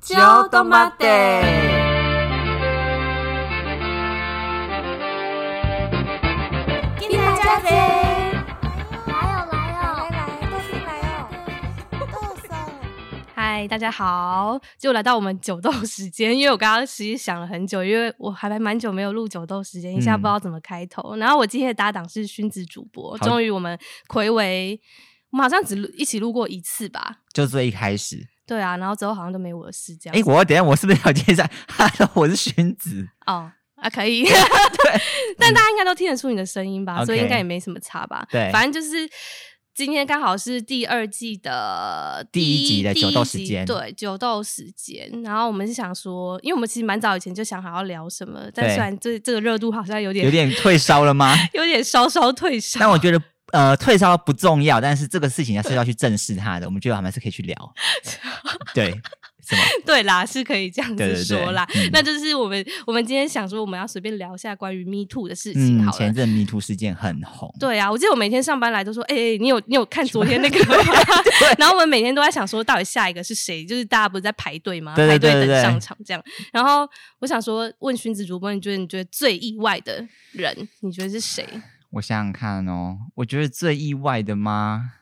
ちょっと待って。给你大家来贼哦来来哦，来，都进来哦，豆生。嗨，大家好，就来到我们酒豆时间，因为我刚刚其实想了很久，因为我还蛮久没有录酒豆时间，一下嗯不知道怎么开头。然后我今天的搭档是熏子主播，好终于我们暌违，我们好像只录一起录过一次吧。就最一开始。对啊，然后之后好像都没我的事这样哎、子。我等一下我是不是要介绍 ？Hello，我是荀子。哦啊，可 以， 但大家应该都听得出你的声音吧，所以应 OK 该也没什么差吧。对反正就是今天刚好是第二季的第一集的第酒豆一时集间对，酒豆时间。然后我们是想说，因为我们其实蛮早以前就想好要聊什么，但对虽然这这个热度好像有点有点退烧 了吗？有点稍稍退烧，但我觉得呃，退烧不重要，但是这个事情要是要去正视它的，我们觉得我们还是可以去聊。 对，什么？ 对啦，是可以这样对子对说对啦。嗯那就是我们我们今天想说，我们要随便聊一下关于 Me Too 的事情嗯，好了。前阵迷途事件很红。对啊，我记得我每天上班来都说，哎、欸，你有你有看昨天那个吗？ 然后我们每天都在想说，到底下一个是谁？就是大家不是在排队吗？对排对对队对等对上场这样。然后我想说，问荀子主播，你觉得你觉得最意外的人，你觉得是谁？我想想看哦，我觉得最意外的吗？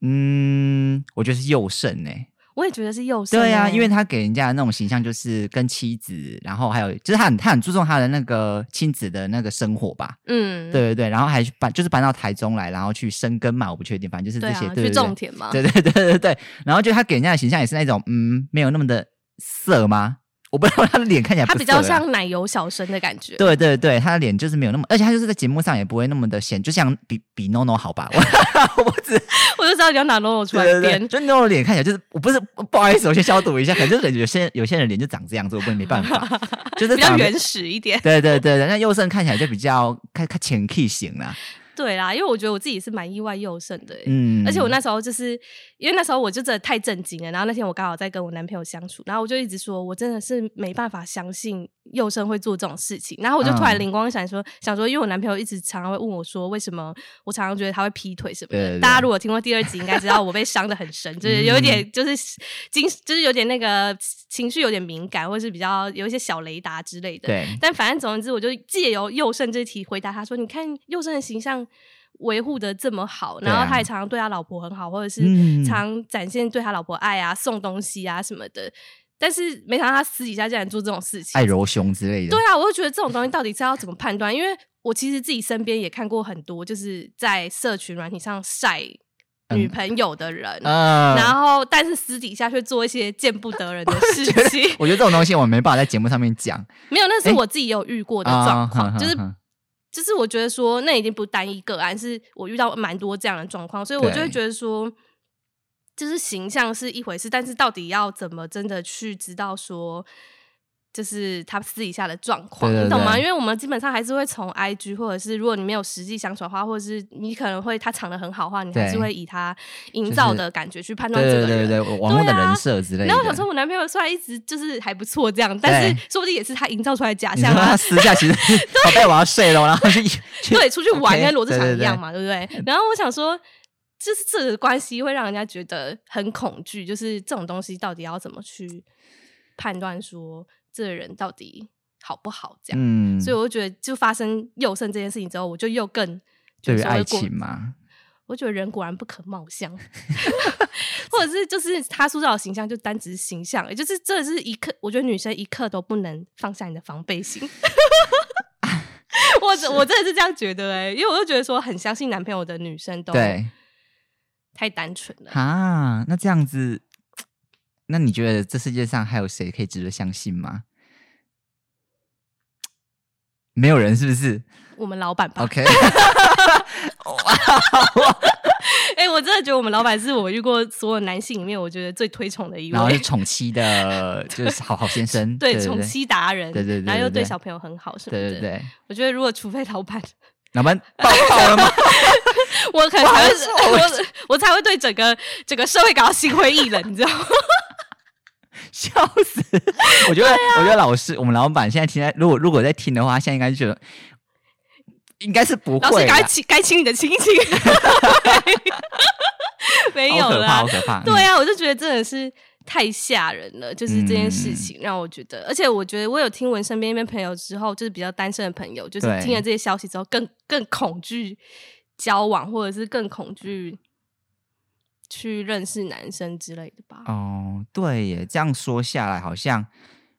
嗯，我觉得是佑胜哎、我也觉得是佑生欸、对啊，因为他给人家的那种形象就是跟妻子，然后还有就是他很他很注重他的那个亲子的那个生活吧。嗯，对对对，然后还去搬，就是搬到台中来，然后去深耕嘛，我不确定，反正就是对这些，啊，对去对种田嘛。对对对对对对，然后就他给人家的形象也是那种，嗯，没有那么的色吗？我不知道他的脸看起来不他色比较啦像奶油小生的感觉，对对对，他的脸就是没有那么，而且他就是在节目上也不会那么的显，就像比比 NONO 好吧，我我只我就知道你要拿 Lolo 出来对对编对，。就 NONO 的脸看起来就是，我不是不好意思，我先消毒一下，可能就是有些有些人脸就长这样子，我不没 办法，就是比较长得原始一点，对对对对，那佑胜看起来就比较看看前 K 型啊 啦，对啦，因为我觉得我自己是蛮意外佑胜的欸、嗯，而且我那时候就是因为那时候我就真的太震惊了，然后那天我刚好在跟我男朋友相处，然后我就一直说，我真的是没办法相信佑生会做这种事情，然后我就突然嗯灵光一闪说，想说，因为我男朋友一直常常会问我说，为什么我常常觉得他会劈腿什么的。对对对嗯大家如果听过第二集，应该知道我被伤的很深，就是有一点就是精，就是有点那个情绪有点敏感，或是比较有一些小雷达之类的。对，但反正总而言之，我就借由佑胜这题回答他说：“你看佑胜的形象维护的这么好，对啊然后他也常常对他老婆很好，或者是嗯常展现对他老婆爱啊、送东西啊什么的。但是没想到他私底下竟然做这种事情爱。揉胸之类的，对啊，我就觉得这种东西到底是要怎么判断？因为我其实自己身边也看过很多，就是在社群软体上晒女朋友的人，嗯，啊然后但是私底下却做一些见不得人的事情。我觉得这种东西我没办法在节目上面讲没有，那是诶我自己有遇过的啊状况，哼就是哼哼就是我觉得说那已经不是单一个案，是我遇到蛮多这样的状况，所以我就会对觉得说，就是形象是一回事，但是到底要怎么真的去知道说。就是他私底下的状况，对对你懂吗？对因为我们基本上还是会从 I G，或者是如果你没有实际相处的话，或者是你可能会他长得很好的话，你还是对会以他营是造的感觉去判断对这个人。对对对，网络的对啊人设之类的。然后我想说，我男朋友虽然一直就是还不错这样，但是对说不定也是他营造出来的假你说象啊他。私下其实是宝贝我要睡了，然后去去 对，出去玩 OK，跟罗志祥对一对样嘛，对不对？然后我想说，就是这个关系会让人家觉得很恐惧，就是这种东西到底要怎么去判断说这个人到底好不好这样？嗯，所以我就觉得，就发生幼胜这件事情之后，我就又更觉对得于说爱果情嘛，我觉得人果然不可貌相， 或者是就是他塑造的形象就单只是形象，也就是真的是一刻，我觉得女生一刻都不能放下你的防备心。 我我真的是这样觉得哎、因为我就觉得说很相信男朋友的女生都对太单纯了。哈，那这样子，那你觉得这世界上还有谁可以值得相信吗？没有人是不是我们老板吧， ？OK，哎、我真的觉得我们老板是我遇过所有男性里面我觉得最推崇的一然后是位，宠 妻的，就是好好先生，对对宠妻达人，对对对然后又对对对小朋友很好什么的。对对对，我觉得如果除非老板老板爆爆了吗？我可能才会不好我我才会对整个整个社会感到心灰意冷，你知道吗？笑死！我觉得，啊我觉得老师，我们老板现在听在，如果如果在听的话，他现在应该就觉得应该是不老师会啦，该亲该亲你的亲亲，没有好可怕，啦好，可怕。 对啊嗯，啊，我就觉得真的是太吓人了，就是这件嗯事情让我觉得，而且我觉得我有听闻身边一边朋友之后，就是比较单身的朋友，就是对听了这些消息之后更，更恐惧交往，或者是更恐惧去认识男生之类的吧。哦，对耶，这样说下来，好像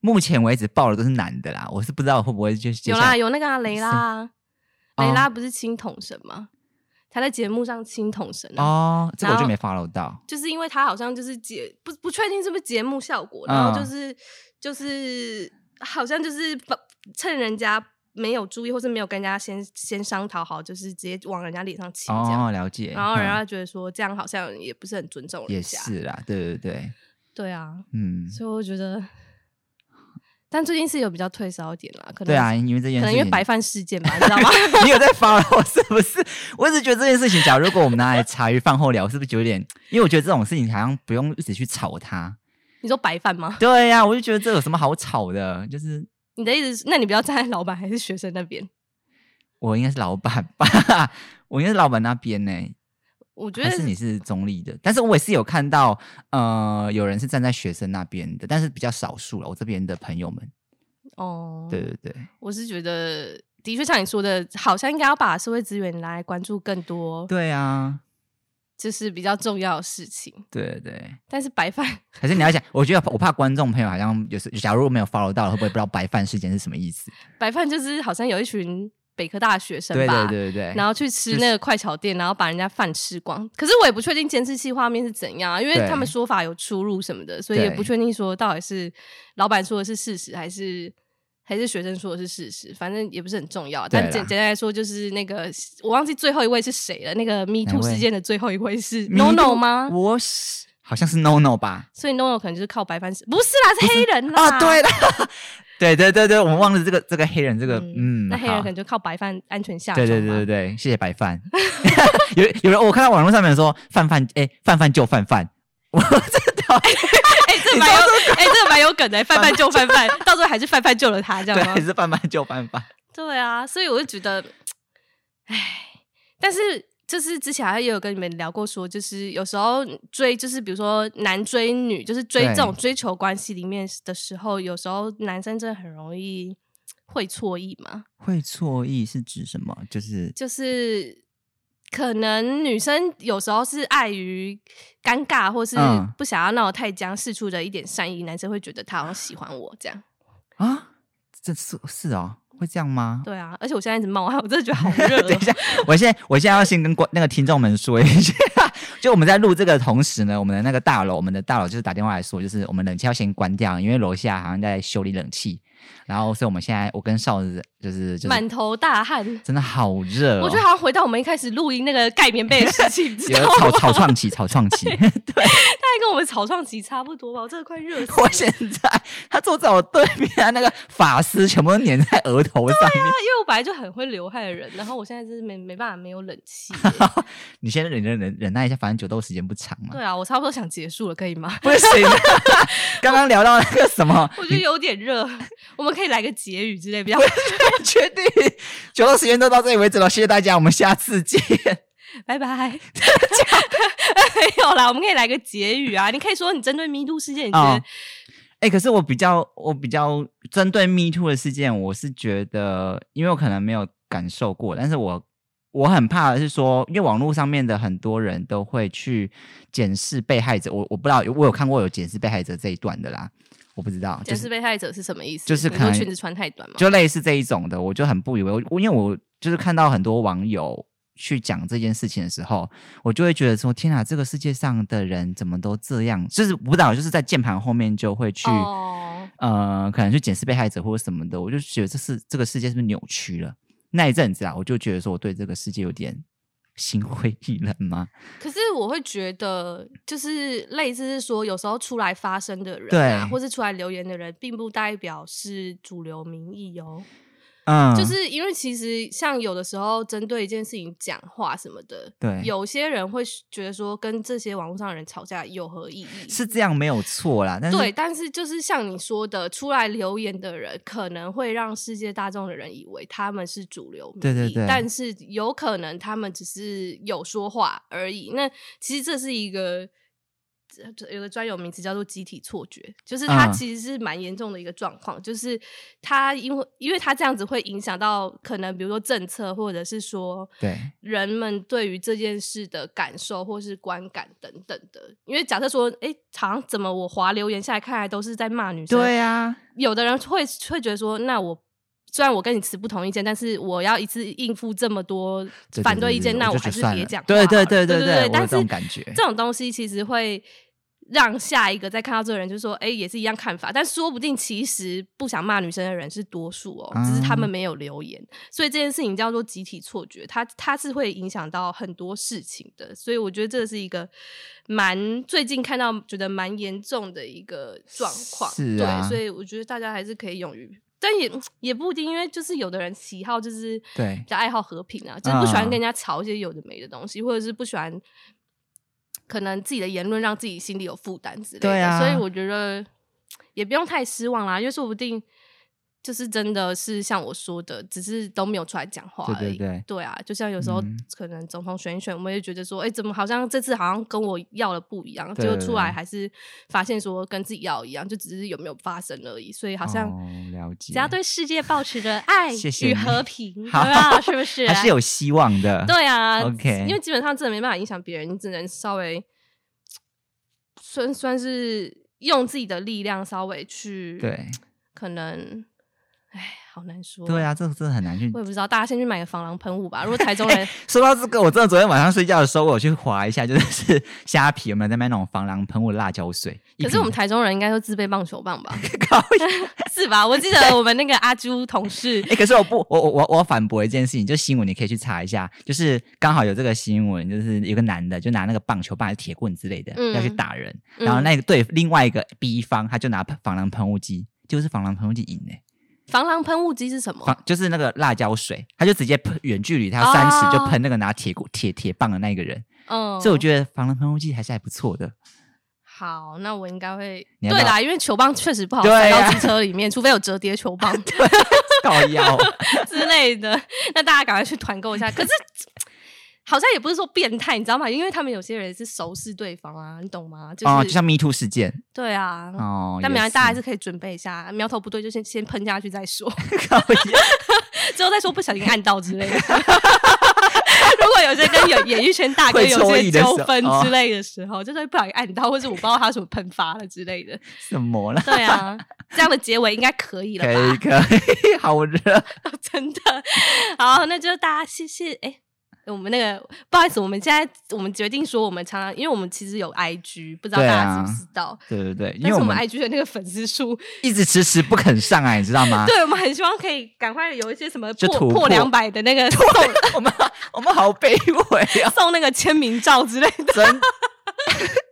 目前为止报的都是男的啦，我是不知道会不会就是接有下啦，来有那个、啊、雷拉啊，哦雷拉不是青铜神吗？他在节目上青铜神啊。哦，这个我然就后没 follow 到。就是因为他好像就是节不不确定是不是节目效果，嗯然后就是、就是好像就是把趁人家没有注意或是没有跟人家先先商讨好，就是直接往人家脸上亲这样。哦，了解。然后人嗯家觉得说这样好像也不是很尊重也人家，是啦，对对对，对啊，嗯，所以我觉得，但最近是有比较退烧一点啦，可能对啊，因为这件可事能情，因为白饭事件吧，你知道吗？ 你有在 follow 是不是？我一直觉得这件事情，假如如果我们拿来茶余饭后聊，是不是有点？因为我觉得这种事情好像不用一直去吵它。你说白饭吗？对呀、我就觉得这有什么好吵的？就是你的意思是，那你不要站在老板还是学生那边？我应该是老板吧， 我应该是老板那边呢、我觉还得是你是中立的，但是我也是有看到，呃，有人是站在学生那边的，但是比较少数了。我这边的朋友们，哦，对对对，我是觉得，的确像你说的，好像应该要把社会资源拿来关注更多，对啊，就是比较重要的事情。对对。但是白饭， 可是你要想，我觉得我怕观众朋友好像有时，假如没有 follow 到，会不会不知道白饭事件是什么意思？白饭就是好像有一群北科大的学生对吧，对对对。然后去吃那个快炒店，然后把人家饭吃光。可是我也不确定监视器画面是怎样啊，因为对他们说法有出入什么的，所以也对不确定说到底是老板说的是事实还是。还是学生说的是事实，反正也不是很重要。但对啦简简单来说，就是那个我忘记最后一位是谁了。那个 Me 哪 Too 位事件的最后一位是迷 No No 路吗？我是好像是 no no 吧？所以 NONO 可能就是靠白饭吃，不是啦，是黑人啦。啊，对的， 对对对对，我们忘了这个这个黑人这个嗯，那黑人好可能就靠白饭安全下手对嘛。对对对对，谢谢白饭。 有有人我看到网络上面说范范哎范范就范范， 我知道。 哎、这蛮有，哎、这蛮有梗的、 范范救范范，到最后还是范范救了他，这对，样吗还？是范范就范范。对啊，所以我就觉得，唉，但是就是之前好像也有跟你们聊过说就是有时候追，就是比如说男追女，就是追对这种追求关系里面的时候，有时候男生真的很容易会错意嘛。会错意是指什么？就是就是可能女生有时候是碍于尴尬，或是嗯不想要闹得太僵，试出的一点善意，男生会觉得他好像喜欢我这样。啊，这是是哦，会这 样吗？对啊，而且我现在一直冒汗，我真的觉得好热、 哦等一下，我现在我现在要先跟观那个听众们说一下， 就我们在录这个同时呢，我们的那个大楼，我们的大楼就是打电话来说，就是我们冷气要先关掉，因为楼下好像在修理冷气，然后所以我们现在我跟少子就是就满是头大汗。真的好热、哦，我觉得好像回到我们一开始录音那个盖棉被的事 情，你知有道草吗？草创期，草创期。大概跟我们草创期差不多吧，我真的快热死了。 我现在他坐在我对面，他那个发丝全部都粘在额头上面。因为我本来就很会流汗的人，然后我现在真是没没办法没有冷 气耶。 你先忍忍忍忍耐一下，反正酒豆时间不长嘛对。啊，我差不多想结束了，可以 吗？不行，啊刚刚聊到那个什么，我觉得有点热， 我们可以来个结语之类 比较确定酒豆时间都到这里为止了，谢谢大家，我们下次见。拜拜。 没有啦，我们可以来个结语啊！你可以说你针对 Me Too 事件，你觉得、哦哎、可是我比较，我比较针对 Me Too 的事件，我是觉得，因为我可能没有感受过，但是我我很怕的是说，因为网络上面的很多人都会去检视被害者，我我不知道，我有看过有检视被害者这一段的啦，我不知道，就检是视被害者是什么意思？就是你可说能裙子穿太短嘛？就类似这一种的，我就很不以为，我因为我就是看到很多网友去讲这件事情的时候，我就会觉得说，天啊，这个世界上的人怎么都这样？就是舞蹈，就是在键盘后面就会去。哦，呃，可能去检视被害者或者什么的，我就觉得这是这个世界是不是扭曲了？那一阵子啊，我就觉得说我对这个世界有点 心灰意冷嘛。可是我会觉得，就是类似是说，有时候出来发声的人啊，对或是出来留言的人，并不代表是主流民意哦。嗯，就是因为其实像有的时候针对一件事情讲话什么的，对有些人会觉得说，跟这些网络上的人吵架有何意义？是这样没有错啦，但是对，但是就是像你说的，出来留言的人可能会让世界大众的人以为他们是主流民意，对对对但是有可能他们只是有说话而已。那其实这是一个这有个专有名词叫做集体错觉，就是它嗯其实是蛮严重的一个状况，就是它因为因为它这样子会影响到可能比如说政策或者是说对，人们对于这件事的感受或是观感等等的。因为假设说，哎、好像怎么我滑留言下来看来都是在骂女生，对啊，有的人会会觉得说，那我。虽然我跟你持不同意见，但是我要一次应付这么多对对反对对意见，对那我还就觉得是算别了讲话好对了。对对对对对我对有但这是种感觉这种东西其实会让下一个再看到这个人，就说，哎、也是一样看法。但说不定其实不想骂女生的人是多数哦，只是他们啊没有留言。所以这件事情叫做集体错觉，它它是会影响到很多事情的。所以我觉得这是一个蛮最近看到觉得蛮严重的一个状况。是啊对，嗯所以我觉得大家还是可以勇于。但也也不一定，因为就是有的人喜好就是对比较爱好和平啊，就是不喜欢嗯跟人家吵一些有的没的东西，或者是不喜欢可能自己的言论让自己心里有负担之类的。对啊所以我觉得也不用太失望啦，因为说不定就是真的是像我说的，只是都没有出来讲话而对已。对对啊，就像有时候嗯可能总统选一选，我们也觉得说，哎、怎么好像这次好像跟我要的不一样，对结果出来对还是发现说跟自己要的一样，就只是有没有发生而已。所以好像、哦了解，只要对世界保持着爱谢谢与你和 平，有好没有？是不是？啊还是有希望的，对啊 OK 因为基本上真的没办法影响别人，你只能稍微算算是用自己的力量稍微去，对可能，哎，好难说。对，啊，这个真的很难去我也不知道，大家先去买个防狼喷雾吧。如果台中 人说到这个，我真的昨天晚上睡觉的时候，我有去划一下，就是 虾皮有没有在卖那种防狼喷雾的辣椒水？一可是瓶我们台中人应该都自备棒球棒吧？ 靠腰！是吧？我记得我们那个阿朱同事哎、可是我不，我我我我要反驳一件事情，就新闻你可以去查一下，就是刚好有这个新闻，就是有个男的就拿那个棒球棒、还是铁棍之类的、嗯要去打人，嗯然后那个对另外一个 B 方他就拿防狼喷雾机，就是防狼喷雾机赢嘞、防狼喷雾机是什么？防就是那个辣椒水，他就直接喷远距离，他三哦十就喷那个拿铁棍铁铁棒的那个人，嗯，所以我觉得防狼喷雾剂还是还不错的。好，那我应该会你对要不要啦，因为球棒确实不好对塞到啊机车里面，除非有折叠球 棒靠 腰，之类的。那大家赶快去团购一下。可是好像也不是说变态，你知道吗？因为他们有些人是熟视对方啊，你懂吗？就是、哦，就像 Me Too 事件对啊。哦，但也没关系，大家还是是可以准备一下，苗头不对就先先喷下去再说，靠腰之后再说不小心按到之类的。 如果有些跟演演艺圈大哥会有错些意的时候纠纷哦之类的时候，就是不小心按到，或者我不知道他什么喷发了之类的。什 么了？对啊，这样的结尾应该可以了可吧以？可以，好热，真的，好，那就大家谢谢。哎、我们那个不好意思，我们现在我们决定说，我们常常因为我们其实有 IG，不知道大对家知啊不知道。对对对，但因为是我我们们 IG 的那个粉丝数， 一直迟迟不肯上啊来，你知道吗？对我们很希望可以赶快有一些什么就破突破破两百的那个送对，我们我们好卑微啊，送那个签名照之类的， 真。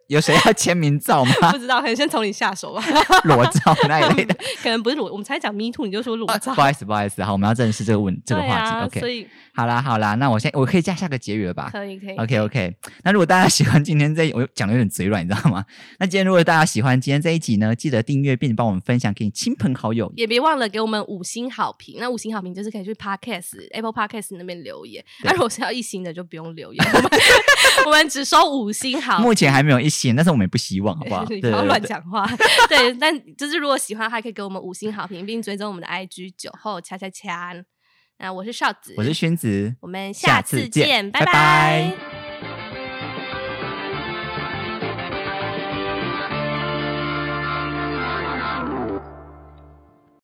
有谁要签名照吗？不知道，可能先从你下手吧。裸照 那一类哎的？可能不是裸，我们才讲 Me Too，你就说裸照不。好意思，不好意思，好，我们要正视这个问这个对话题。啊，所 OK，以好啦好啦，那我现在我可以加下个结语了吧？可以可以啊 OK OK，那如果大家喜欢今天这一，我讲的有点嘴软，你知道吗？那今天如果大家喜欢今天这一集呢，记得订阅并帮我们分享给你亲朋好友。也别忘了给我们五星好评。那五星好评就是可以去 Podcast、Apple Podcast 那边留言。对那如果是要一星的，就不用留言，我们 我们只收五星好。目前还没有一星，但是我们也不希望，好不好？ 你对不要对乱对讲话。 对，但就是如果喜欢的话，可以给我们五星好评，并追踪我们的 IG 酒后恰恰恰。那我是少子，我是宣子，我们下下次次见见，拜拜拜拜